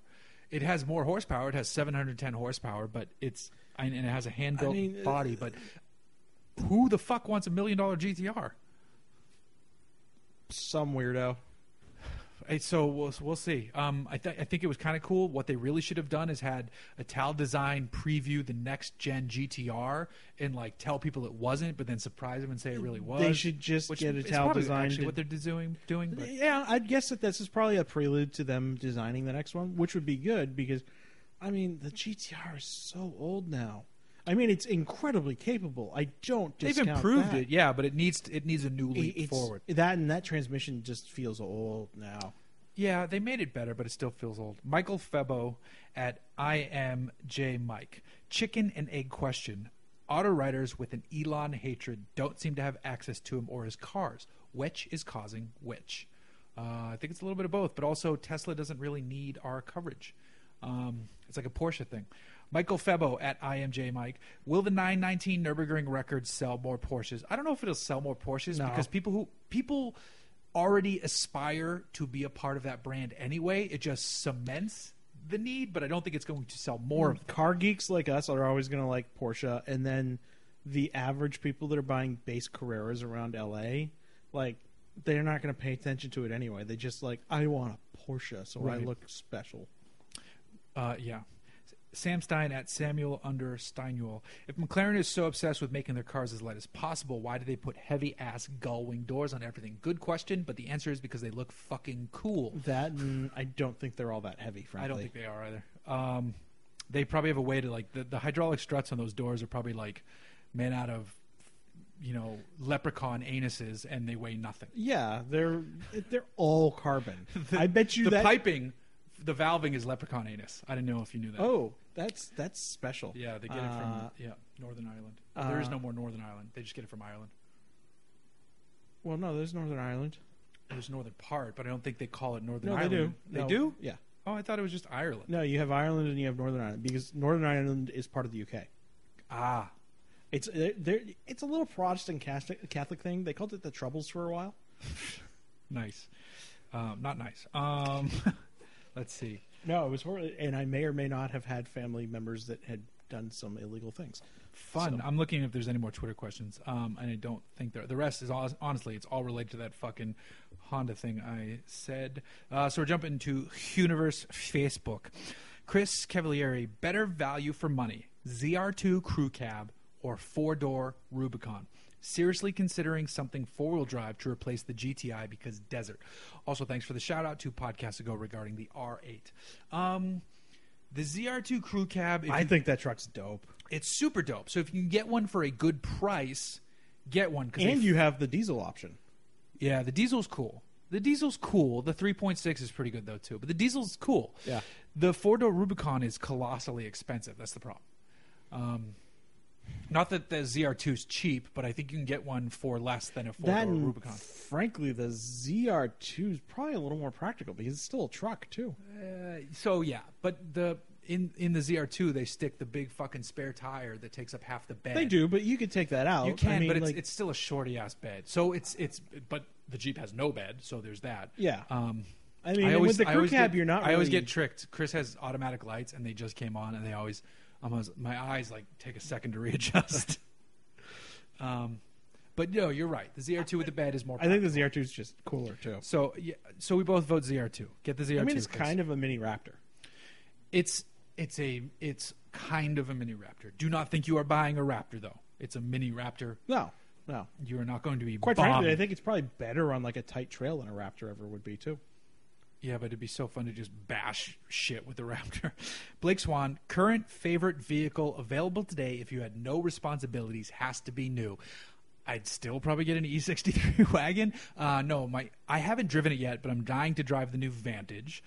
It has more horsepower. It has 710 horsepower, but it's and and it has a hand built
I mean, uh,
body. But who the fuck wants a million dollar GTR?
Some weirdo.
Hey, So we'll we'll see. Um, I th- I think it was kind of cool. What they really should have done is had a Tal Design preview the next gen GTR and like tell people it wasn't, but then surprise them and say it really was.
should just
Which
get a
is
Tal
probably
Design
Actually,
to-
what they're doing doing. But
Yeah, I'd guess that this is probably a prelude to them designing the next one, which would be good because, I mean, the GTR is so old now. I mean, it's incredibly capable. I don't.
they've
discount
improved
that.
it, yeah, but it needs it needs a new
It-
leap
it's-
forward.
That and that transmission just feels old now.
Yeah, they made it better, but it still feels old. Michael Febo at I am J Mike. Chicken and egg question. Auto writers with an Elon hatred don't seem to have access to him or his cars. Which is causing which? Uh, I think it's a little bit of both, but also Tesla doesn't really need our coverage. Um, it's like a Porsche thing. Michael Febo at IMJ Mike. Will the 919 Nurburgring record sell more Porsches? I don't know if it'll sell more Porsches
No.
because people who people already aspire to be a part of that brand anyway. It just cements the need, but I don't think it's going to sell more of them.
car geeks like us are always going to like Porsche, and then the average people that are buying base Carreras around LA, like they're not going to pay attention to it anyway. They just like, I want a Porsche, so I
Right.
look special.
Uh, yeah. Sam Stein at Samuel under Steinuel. If McLaren is so obsessed with making their cars as light as possible, why do they put heavy ass gull wing doors on everything? Good question, but the answer is because they look fucking cool.
That and I don't think they're all that heavy, frankly.
I don't think they are either. Um, they probably have a way to like the, the hydraulic struts on those doors are probably like made out of you know leprechaun anuses and they weigh nothing.
Yeah, they're they're all carbon. I bet you
The
that.
piping, the valving is leprechaun anus. I didn't know if you knew that.
oh, that's that's special.
Yeah, they get it
Uh,
from yeah Northern Ireland. there is no more Northern Ireland. They just get it from Ireland.
Well, no, there's Northern Ireland.
There's Northern part, but I don't think they call it Northern
No, they do.
Ireland.
No,
do.
Yeah.
Oh, I thought it was just Ireland.
No, you have Ireland and you have Northern Ireland because Northern Ireland is part of the UK.
Ah,
It's they're, they're, it's a little Protestant Catholic, Catholic thing. They called it the Troubles for a while.
nice. Um, not nice. Um, let's see.
No, it was horrible, and I may or may not have had family members that had done some illegal things.
Fun. I'm looking if there's any more Twitter questions, um, and I don't think there. The rest is all, honestly, it's all related to that fucking Honda thing I said. Uh, so we're jumping to Universe Facebook. Chris Cavalieri, better value for money, ZR2 crew cab or four door Rubicon. Seriously considering something four wheel drive to replace the GTI because desert. Also, thanks for the shout out to podcasts ago regarding the R8. Um, the ZR2 crew cab. If
I
you
think that truck's dope,
it's super dope. So if you can get one for a good price, get one. Cause they-
and you have the diesel option.
yeah, the diesel's cool. The diesel's cool. The 3.6 is pretty good though too. But the diesel's cool.
Yeah.
The four door Rubicon is colossally expensive. That's the problem. Um, not that the ZR2 is cheap, but I think you can get one for less than a four
That,
door
and
Rubicon.
frankly, the ZR2 is probably a little more practical because it's still a truck too.
Uh, so yeah, but the in in the ZR2 they stick the big fucking spare tire that takes up half the bed.
They do, but you could take that out.
You can,
Oh, I mean,
but it's,
like,
it's still a shorty ass bed. So it's it's but the Jeep has no bed, so there's that.
Yeah.
Um,
I mean, and with the crew
always
cab,
get,
you're not
I always
really-
get tricked. Chris has automatic lights, and they just came on, and they always, I'm always my eyes like take a second to readjust. um, but no, you're right. The ZR2 with the bed is more.
I think the ZR2 is just cooler too.
so. Yeah, so we both vote ZR2. Get the ZR2.
I mean, it's
Chris.
kind of a mini Raptor.
It's it's a it's kind of a mini Raptor. Do not think you are buying a Raptor though. It's a mini Raptor.
No, no.
You are not going to be
Quite frankly, I
bombed.
think it's probably better on like a tight trail than a Raptor ever would be too.
Yeah, but it'd be so fun to just bash shit with the Raptor. Blake Swan, current favorite vehicle available today if you had no responsibilities has to be new. I'd still probably get an E63 wagon. Uh, no, my I haven't driven it yet, but I'm dying to drive the new Vantage.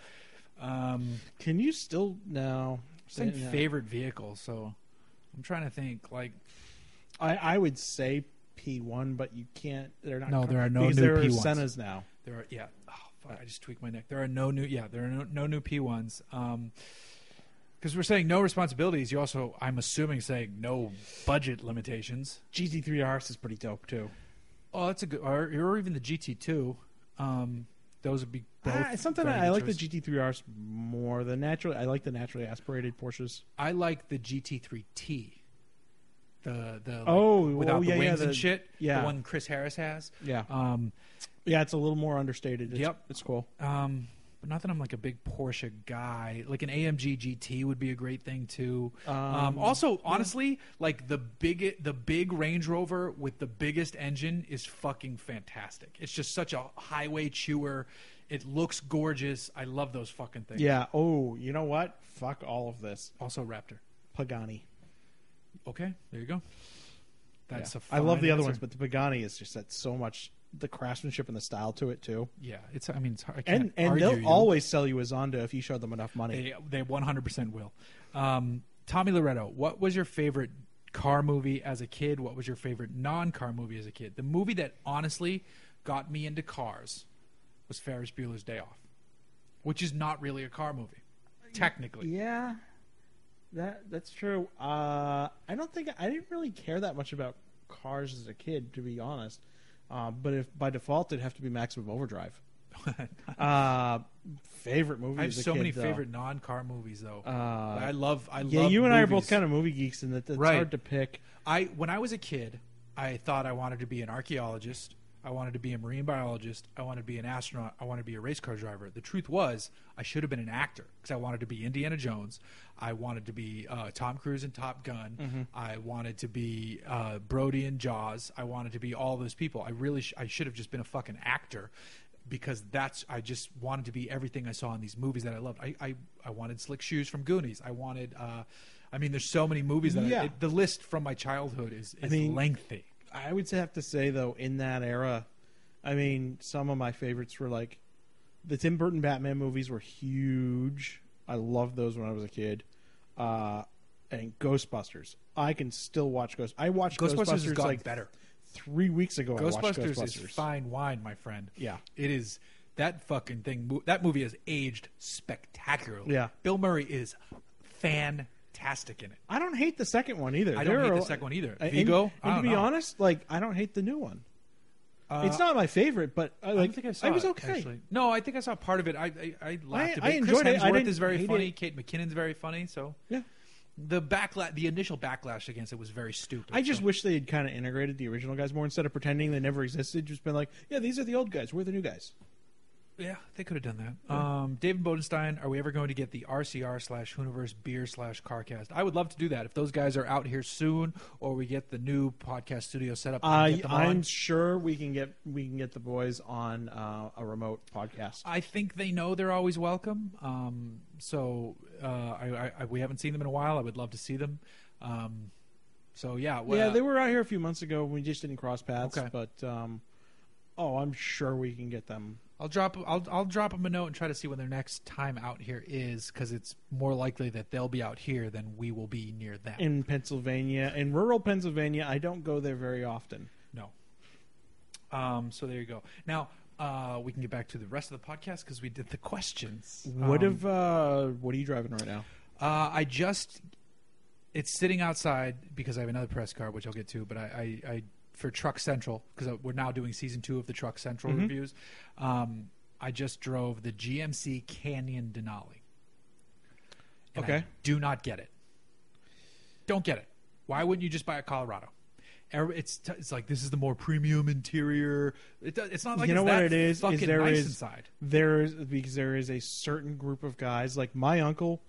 Um,
Can you still no?
saying
No.
favorite vehicle, so I'm trying to think. Like,
I, I would say P one, but you can't. They're not.
No,
com-
there are no
because
new
there are
P1s.
Senna's now.
there are yeah. Oh, fuck, I just tweaked my neck. There are no new yeah. There are no, no new P ones. Um, because we're saying no responsibilities, you also I'm assuming saying no budget limitations.
GT three RS is pretty dope too.
Oh, that's a good. Or, or even the GT2. Um, those would be both.
Ah, sometimes
very
I
good
like the
choices.
GT three RS more. The naturally, I like the naturally aspirated Porsches.
I like the GT3T. The the like,
Oh, oh,
without
yeah,
the
yeah,
wings
the-
and shit.
yeah.
the one Chris Harris has.
Yeah,
Um,
yeah, it's a little more understated. It's,
Yep.
it's cool.
um, but not that I'm like a big Porsche guy. Like an AMG GT would be a great thing too. Um,
Um,
also, honestly, like the big the big Range Rover with the biggest engine is fucking fantastic. It's just such a highway chewer. It looks gorgeous. I love those fucking things.
Yeah. Oh, you know what? Fuck all of this.
Also Raptor.
Pagani.
Okay, there you go. That's
Yeah.
a fine
I love the other
answer.
ones, but the Pagani is just that so much the craftsmanship and the style to it too.
yeah, it's. I mean, it's hard. I
And
can't
and
argue
they'll
you.
always sell you a Zonda if you show them enough money.
they they one hundred percent will. Um, Tommy Loretto, what was your favorite car movie as a kid? What was your favorite non-car movie as a kid? The movie that honestly got me into cars was Ferris Bueller's Day Off, which is not really a car movie, technically.
Yeah, that that's true. Uh, I don't think I didn't really care that much about cars as a kid, to be honest. Uh, but if by default it'd have to be Maximum Overdrive. Uh, favorite movie.
I have
as a
so
kid,
many
though.
favorite non-car movies though.
Uh,
I love. I
yeah,
love
you and I are both
movies.
kind of movie geeks, and that, that's
Right.
hard to pick.
I when I was a kid, I thought I wanted to be an archaeologist. I wanted to be a marine biologist. I wanted to be an astronaut. I wanted to be a race car driver. The truth was, I should have been an actor because I wanted to be Indiana Jones. I wanted to be uh, Tom Cruise in Top Gun. I wanted to be uh, Brody in Jaws. I wanted to be all those people. I really sh- I should have just been a fucking actor because that's I just wanted to be everything I saw in these movies that I loved. I I, I wanted slick shoes from Goonies. I wanted. Uh, I mean, there's so many movies that
Yeah.
I, it, the list from my childhood is, is
mean-
lengthy.
I would have to say though, in that era, I mean, some of my favorites were like the Tim Burton Batman movies were huge. I loved those when I was a kid. Uh, and Ghostbusters, I can still watch Ghost. I watched
Ghostbusters
Ghostbusters,
has gotten
like
better.
Three weeks ago, I watched
Ghostbusters, is
Ghostbusters.
fine wine, my friend.
Yeah.
it is. That fucking thing. mo- That movie has aged spectacularly.
Yeah.
Bill Murray is fantastic in it.
I don't hate the second one either.
I don't
There
hate
are-
the second one either.
And-
Vigo?
And,
I
to
don't
be
know.
honest, like I don't hate the new one.
Uh,
it's not my favorite, but I, like,
I don't think I saw.
was
it,
okay.
actually. No, I think I saw part of it. I I, I laughed a bit.
I enjoyed
Chris
it. I
Hemsworth
didn't
is very
hate
funny.
it.
Kate McKinnon's very funny. So
Yeah.
the backlash, the initial backlash against it was very stupid.
I just
So-
wish they had kind of integrated the original guys more instead of pretending they never existed. Just been like, yeah, these are the old guys. We're the new guys.
Yeah, they could have done that. Um, David Bodenstein, are we ever going to get the RCR slash Hooniverse beer slash carcast? I would love to do that if those guys are out here soon, or we get the new podcast studio set up. and
I,
get them on.
I'm sure we can get we can get the boys on uh, a remote podcast.
I think they know they're always welcome. Um, so uh, I, I, I, we haven't seen them in a while. I would love to see them. Um, so yeah, well,
yeah, they were out here a few months ago. We just didn't cross paths,
Okay.
but um, oh, I'm sure we can get them.
I'll drop I'll I'll drop them a note and try to see when their next time out here is because it's more likely that they'll be out here than we will be near them.
in Pennsylvania, in rural Pennsylvania. I don't go there very often.
No. Um, so there you go. Now uh, we can get back to the rest of the podcast because we did the questions.
What
Um,
if? Uh, what are you driving right now?
uh, I just? It's sitting outside because I have another press card, which I'll get to. But I, I, I for Truck Central because we're now doing season two of the Truck
Mm-hmm.
Central reviews. Um, I just drove the GMC Canyon Denali. And I
Okay.
do not get it. Don't get it. Why wouldn't you just buy a Colorado? Every- It's t- it's like this is the more premium interior. It, do- it's not like
you know
it's
what
that
it is?
Fucking
Is there
nice
is-
inside.
there is because there is a certain group of guys like my uncle.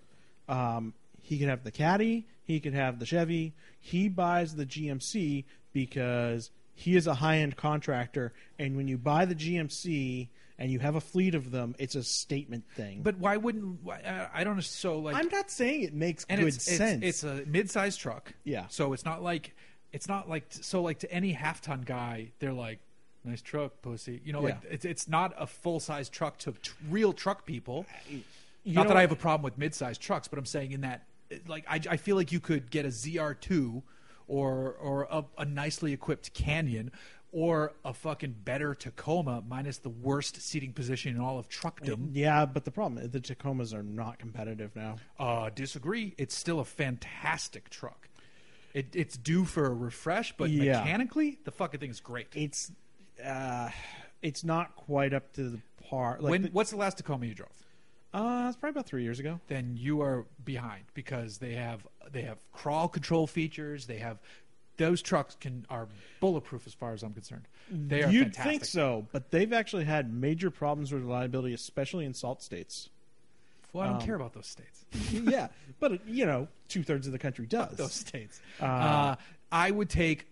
Um, he could have the caddy. He could have the Chevy. He buys the GMC because he is a high-end contractor, and when you buy the GMC and you have a fleet of them, it's a statement thing.
But why wouldn't why, I- I don't know. So like
I'm not saying it makes
and
good
it's, it's-
sense.
It's, a mid-sized truck.
Yeah.
So it's not like it's not like so like to any half-ton guy, they're like, "Nice truck, pussy." You know, like
Yeah.
it's it's not a full-size truck to t- real truck people.
You
not
know-
that I have a problem with mid-sized trucks, but I'm saying in that, like, I I feel like you could get a ZR2 or or a, a nicely equipped Canyon. Or a fucking better Tacoma, minus the worst seating position in all of truckdom.
yeah, but the problem is the Tacomas are not competitive now.
Uh, disagree. It's still a fantastic truck. It, it's due for a refresh, but
Yeah.
mechanically, the fucking thing is great.
it's uh, it's not quite up to the par. Like
when
the-
what's the last Tacoma you drove?
uh, it's probably about three years ago.
Then you are behind because they have they have crawl control features. They have those trucks can are bulletproof as far as I'm concerned. They are
You'd
fantastic.
think so, but they've actually had major problems with reliability, especially in salt states.
Well, I
Um,
don't care about those states.
yeah, but you know, two thirds of the country does.
those states. Uh, I would take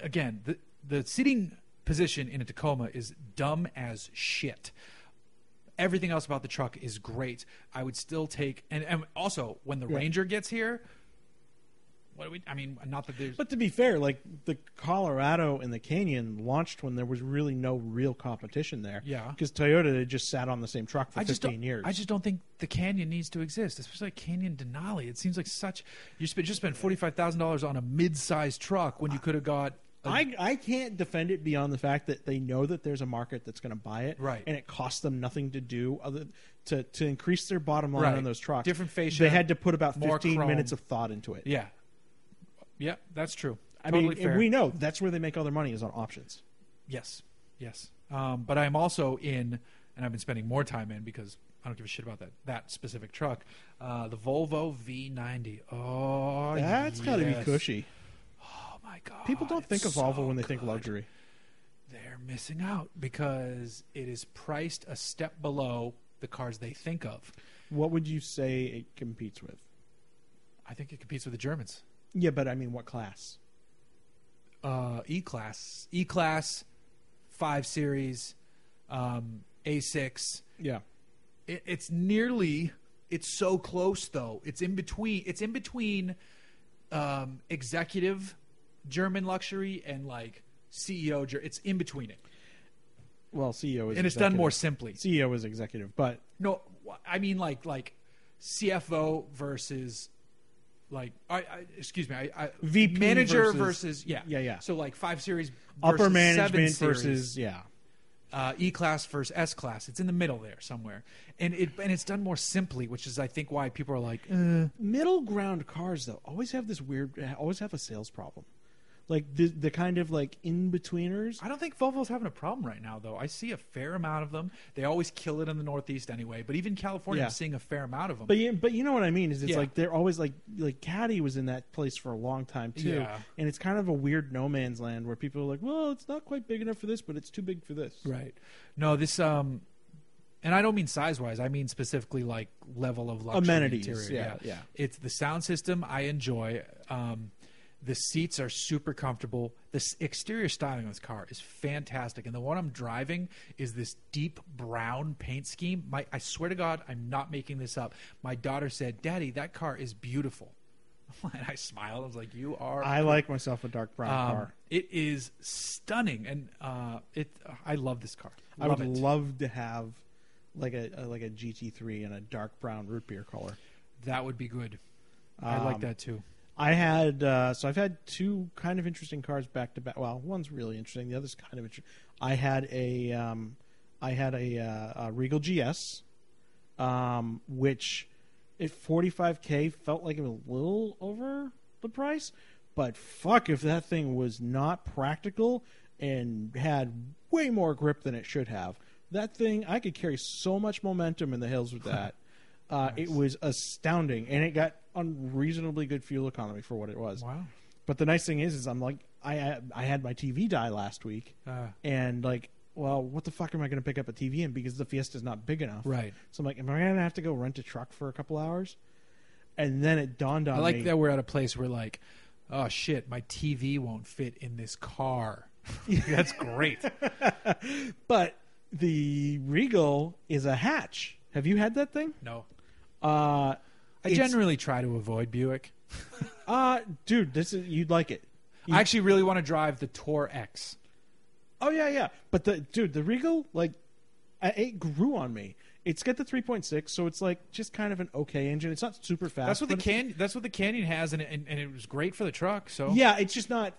again the the seating position in a Tacoma is dumb as shit. Everything else about the truck is great. I would still take and, and also when the Ranger gets here, What do we? I mean, not that there's.
But to be fair, like the Colorado and the Canyon launched when there was really no real competition there.
Yeah.
Because Toyota had just sat on the same truck for
I just
15
don't,
years.
I just don't think the canyon needs to exist, especially like Canyon Denali. It seems like such you spent just spent forty five thousand dollars on a mid sized truck when you could have got. a-
I, I can't defend it beyond the fact that they know that there's a market that's going to buy it,
Right.
And it costs them nothing to do other to to increase their bottom line
Right.
on those trucks.
Different fascia,
They had to put about
more
15
chrome.
minutes of thought into it.
yeah, yeah, that's true.
I
totally
mean, and
fair.
we know that's where they make all their money is on options.
Yes, yes. Um, but I'm also in, and I've been spending more time in because I don't give a shit about that that specific truck. Uh, the Volvo V90. Oh,
That's got to be
yes.
cushy.
Oh my god!
People don't think of
it's
Volvo
so
when they think
good.
luxury.
They're missing out because it is priced a step below the cars they think of.
What would you say it competes with?
I think it competes with the Germans.
Yeah, but I mean, what class?
uh, E class, E class, five series, um, A six.
Yeah,
It, it's nearly. It's so close though. It's in between. It's in between um, executive German luxury and like CEO. Ger- It's in between it,
well, CEO is
and it's done more
executive.
simply.
CEO is executive, but
No, wh- I mean like like CFO versus like I, I excuse me, I, I
VP
manager
versus-
versus, yeah
yeah, yeah.
So like five series
upper
versus seven
management
series.
versus yeah.
uh, E class versus S class. It's in the middle there somewhere, and it and it's done more simply, which is I think why people are like, uh,
middle ground cars though always have this weird always have a sales problem like the the kind of like in betweeners
I don't think Volvo's having a problem right now though. I see a fair amount of them. They always kill it in the Northeast anyway, but even California,
Yeah.
I'm seeing a fair amount of them.
but yeah, but you know what I mean is it's
Yeah.
like they're always like like Caddy was in that place for a long time too
Yeah.
and it's kind of a weird no man's land where people are like well it's not quite big enough for this but it's too big for this
right? No, this um, and I don't mean size wise. I mean specifically like level of luxury
Amenities,
Interior.
yeah, yeah.
It's the sound system I enjoy. Um, the seats are super comfortable. The s- exterior styling of this car is fantastic, and the one I'm driving is this deep brown paint scheme. My, I swear to God, I'm not making this up. My daughter said, "Daddy, that car is beautiful." And I smiled. I was like, "You are."
I like myself a dark brown
Um,
car
It is stunning, and uh, it. I love this car.
I
love
would
it.
love to have like a, a like a GT3 in a dark brown root beer color
that would be good. I like
Um,
that too.
I had uh, so I've had two kind of interesting cars back to back. Well, one's really interesting, the other's kind of interesting. I had a um, I had a, uh, a Regal GS, um, which at forty five k felt like it was a little over the price, but fuck if that thing was not practical and had way more grip than it should have. That thing I could carry so much momentum in the hills with that. Uh, It was astounding, and it got unreasonably good fuel economy for what it was.
Wow.
But the nice thing is, is I'm like, I I had my TV die last week,
Uh,
and like, well, what the fuck am I going to pick up a TV in because the Fiesta's not big enough,
Right.
So I'm like, am I going to have to go rent a truck for a couple hours? And then it dawned on
I
me.
like that we're at a place where like, oh shit, my TV won't fit in this car. That's great.
But the Regal is a hatch. Have you had that thing?
No,
Uh,
I
it's-
generally try to avoid Buick.
uh, dude, this is you'd like it. You-
I actually really want to drive the Tor X.
Oh yeah, yeah. But the dude, the Regal, like, I, it grew on me. It's got the 3.6, so it's like just kind of an okay engine. It's not super fast.
That's what the
but it's-
can. That's what the Canyon has, and it, and, and it was great for the truck. So
Yeah, it's just not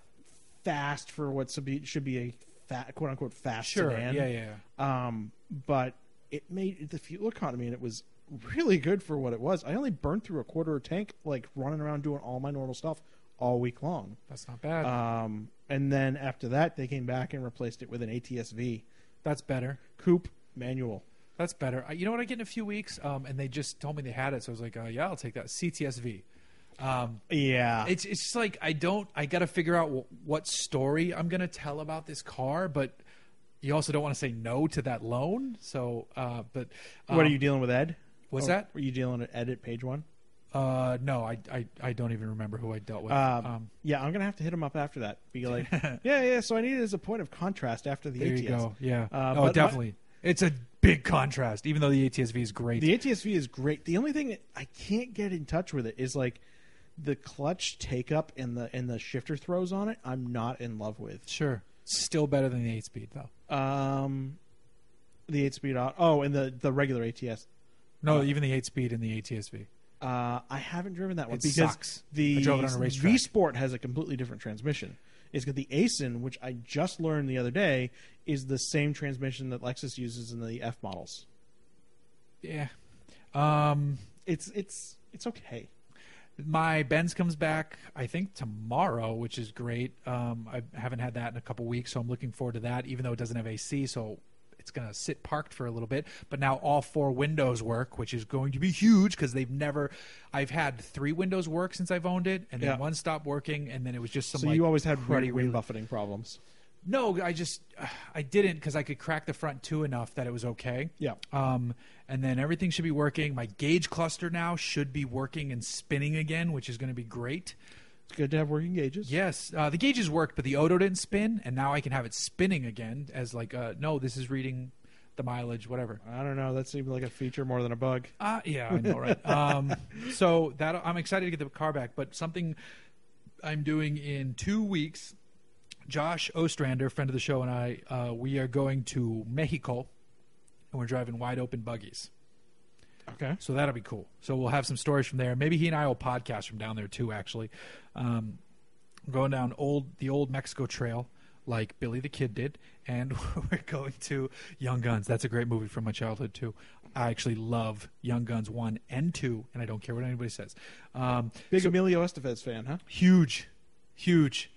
fast for what should be, should be a fat, quote unquote fast
sure,
sedan.
yeah, yeah.
Um, but it made the fuel economy, and it was really good for what it was. I only burned through a quarter of tank, like running around doing all my normal stuff all week long.
That's not bad.
Um, and then after that, they came back and replaced it with an ATSV
That's better.
coupe manual.
That's better. I, you know what I get in a few weeks, um, and they just told me they had it, so I was like, uh, yeah, I'll take that CTSV. Um,
Yeah,
it's it's just like I don't. I got to figure out wh- what story I'm gonna tell about this car, but you also don't want to say no to that loan. So, uh, but um,
what are you dealing with, Ed?
what's
Or
that?
Were you dealing with Ed at page one?
Uh, no, I, I I don't even remember who I dealt with.
Um,
um,
yeah, I'm gonna have to hit him up after that. Be like, yeah, yeah. So I need it as a point of contrast after the
there
ATS.
you go. Yeah.
Uh, but
oh,
my-
definitely. it's a big contrast, even though the ATSV is great.
The ATSV is great. The only thing that I can't get in touch with it is like the clutch take up and the and the shifter throws on it, I'm not in love with.
Sure. Still better than the eight speed though.
Um, the eight speed. au- Oh, and the the regular ATS.
No, even the eight speed and the ATSV.
Uh, I haven't driven that one
It
because
sucks.
the
I drove it on a racetrack.
V Sport has a completely different transmission. It's got the ASIN, which I just learned the other day, is the same transmission that Lexus uses in the F models.
Yeah. Um,
It's it's it's okay.
my Benz comes back, I think tomorrow, which is great. Um, I haven't had that in a couple weeks, so I'm looking forward to that. Even though it doesn't have AC, so it's gonna sit parked for a little bit. But now all four windows work, which is going to be huge because they've never. I've had three windows work since I've owned it, and then
Yeah.
one stopped working, and then it was just some.
So
like,
you always had
cruddy
pretty wind buffeting problems.
no, I just I didn't because I could crack the front two enough that it was okay.
Yeah.
Um, and then everything should be working. My gauge cluster now should be working and spinning again, which is going to be great.
It's good to have working gauges.
Yes, uh, the gauges worked, but the Odo didn't spin, and now I can have it spinning again as like, uh, no, this is reading the mileage, whatever.
I don't know. That seemed like a feature more than a bug.
Uh, yeah, I know, right? um, so that I'm excited to get the car back, but something I'm doing in two weeks. Josh Ostrander, friend of the show, and I, uh, we are going to Mexico, and we're driving wide open buggies.
Okay.
So that'll be cool. So we'll have some stories from there. Maybe he and I will podcast from down there too. Actually, um, going down old the old Mexico Trail like Billy the Kid did, and we're going to Young Guns. That's a great movie from my childhood too. I actually love Young Guns one and two, and I don't care what anybody says. Um,
Big Emilio Estevez fan, huh?
huge, huge.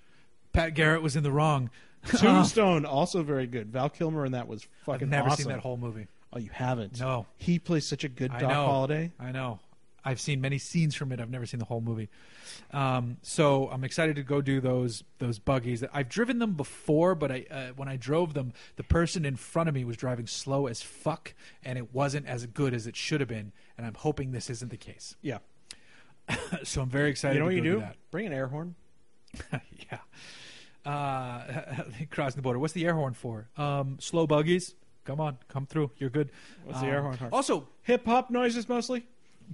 Pat Garrett was in the wrong.
Tombstone, also very good. Val Kilmer in that was fucking
I've never
awesome.
seen that whole movie.
oh, you haven't?
No.
He plays such a good Doc
I know.
Holiday.
I know. I've seen many scenes from it. I've never seen the whole movie. Um, so I'm excited to go do those those buggies. I've driven them before, but I uh, when I drove them, the person in front of me was driving slow as fuck, and it wasn't as good as it should have been. And I'm hoping this isn't the case.
Yeah.
So I'm very excited.
You know
to
what you
go
do?
do that.
Bring an air horn.
yeah. Uh, crossing the border. What's the air horn for? Um, slow buggies. Come on, come through. You're good. Um,
What's the air horn for?
Also,
Hip hop noises mostly.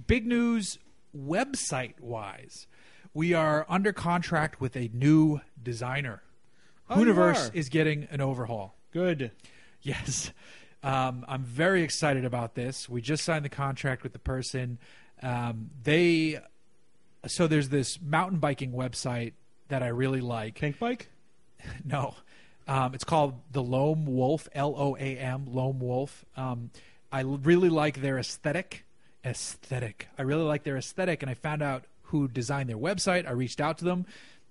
big news website wise. We are under contract with a new designer.
Oh, you
Universe
are.
is getting an overhaul.
Good.
Yes. Um, I'm very excited about this. We just signed the contract with the person. Um, they so there's this mountain biking website that I really like.
Pink bike.
No. Um, it's called the Loam Wolf, L O A M, Loam Wolf. Um, I l- really like their aesthetic. Aesthetic. I really like their aesthetic, and I found out who designed their website. I reached out to them,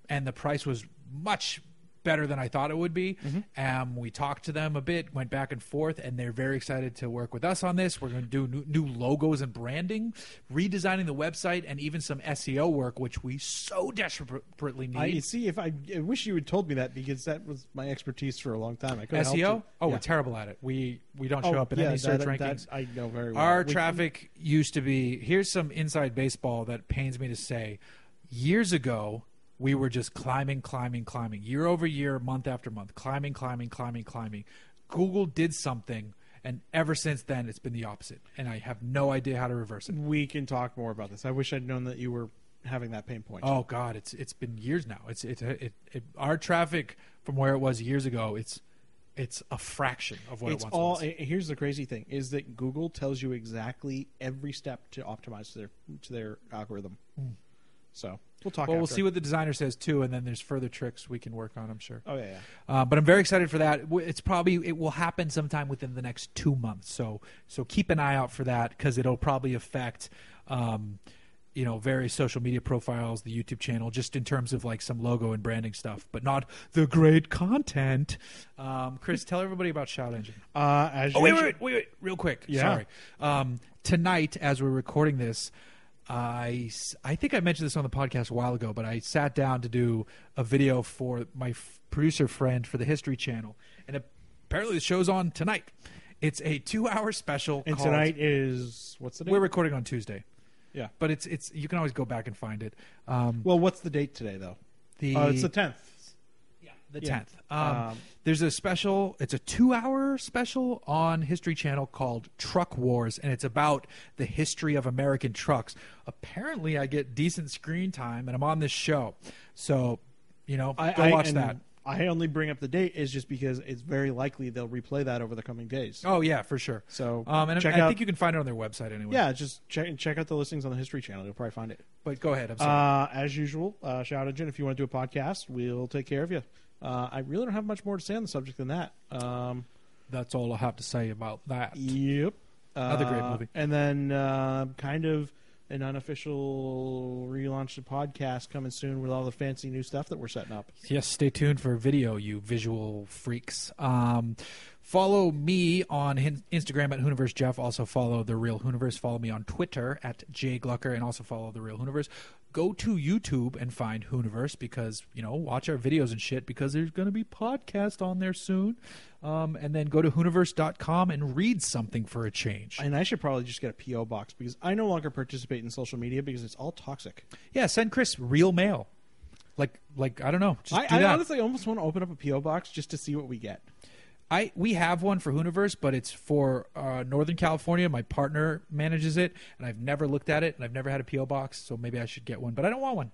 and the price was much better than I thought it would be. Um, we talked to them a bit, went back and forth, and they're very excited to work with us on this. We're going to do new, new logos and branding, redesigning the website, and even some SEO work, which we so desperately need.
I you see if I, I wish you had told me that because that was my expertise for a long time. I could
SEO? Oh, we're terrible at it. We we don't show up in
Oh, yeah,
any search
that- that
rankings.
I know very well.
Our
We-
traffic used to be here's some inside baseball that pains me to say. Years ago, we were just climbing, climbing, climbing, year over year, month after month, climbing, climbing, climbing, climbing. Google did something, and ever since then, it's been the opposite. And I have no idea how to reverse it.
we can talk more about this. I wish I'd known that you were having that pain point.
Oh God, it's it's been years now. It's it, it, it our traffic from where it was years ago. It's it's a fraction of what
it's
it once
all
was.
eh, here's the crazy thing is that google tells you exactly every step to optimize to their to their algorithm so we'll talk
Hmm. Well, we'll
after.
see what the designer says too, and then there's further tricks we can work on. I'm sure.
oh yeah, yeah
Uh, but I'm very excited for that. W- It's probably it will happen sometime within the next two months. So so keep an eye out for that because it'll probably affect. Um, you know, various social media profiles, the YouTube channel, just in terms of like some logo and branding stuff, but not the great content. Um, Chris, tell everybody about Shout Engine.
uh as
Oh, wait, wait,
usual-
wait, wait, wait, real quick.
Yeah.
Sorry. Um, tonight, as we're recording this, I, s- I think I mentioned this on the podcast a while ago, but I sat down to do a video for my f- producer friend for the History Channel, and apparently the show's on tonight. It's a two-hour special.
and
called-
tonight is what's the date
we're recording on Tuesday,
yeah
but it's it's you can always go back and find it. Um,
well what's Uh, the date today though
the
uh, it's the 10th
yeah, the
Yeah.
10th. Um,
Um,
there's a special, it's a two hour special on History Channel called Truck Wars, and it's about the history of American trucks. Apparently, I get decent screen time, and I'm on this show. So, you know,
I,
go
I-
watch
and
that.
I only bring up the date is just because it's very likely they'll replay that over the coming days.
Oh, yeah, for sure.
So,
um, and I-
check
I
out-
think you can find it on their website anyway.
Yeah, just check check out the listings on the History Channel. You'll probably find it.
But go ahead. I'm sorry.
Uh, as usual, uh, shout out, Jen. If you want to do a podcast, we'll take care of you. Uh, I really don't have much more to say on the subject than that. Um,
That's all I have to say about that.
yep.
Another great
Uh,
movie.
And then uh, kind of an unofficial relaunch of podcast coming soon with all the fancy new stuff that we're setting up.
Yes, stay tuned for video, you visual freaks. Um, follow me on hin- Instagram at Hooniverse Jeff. Also follow The Real Hooniverse. Follow me on Twitter at Jay Glucker, and also follow The Real Hooniverse. Go to YouTube and find Hooniverse because you know watch our videos and shit because there's going to be podcast on there soon. Um, and then go to Hooniverse.com and read something for a change.
And I should probably just get a PO box because I no longer participate in social media because it's all toxic.
yeah, send Chris real mail. Like, like I don't know. Just
I,
do
I
that.
honestly almost want to open up a PO box just to see what we get.
I we have one for Hooniverse, but it's for uh, Northern California. My partner manages it, and I've never looked at it, and I've never had a PO box, so maybe I should get one. But I don't want one.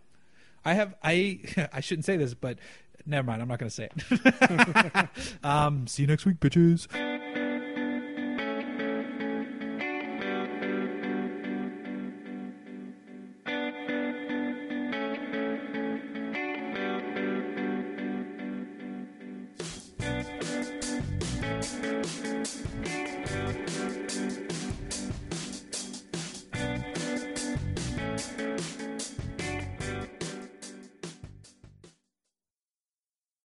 I have I I shouldn't say this, but never mind. I'm not going to say it. um, see you next week, bitches.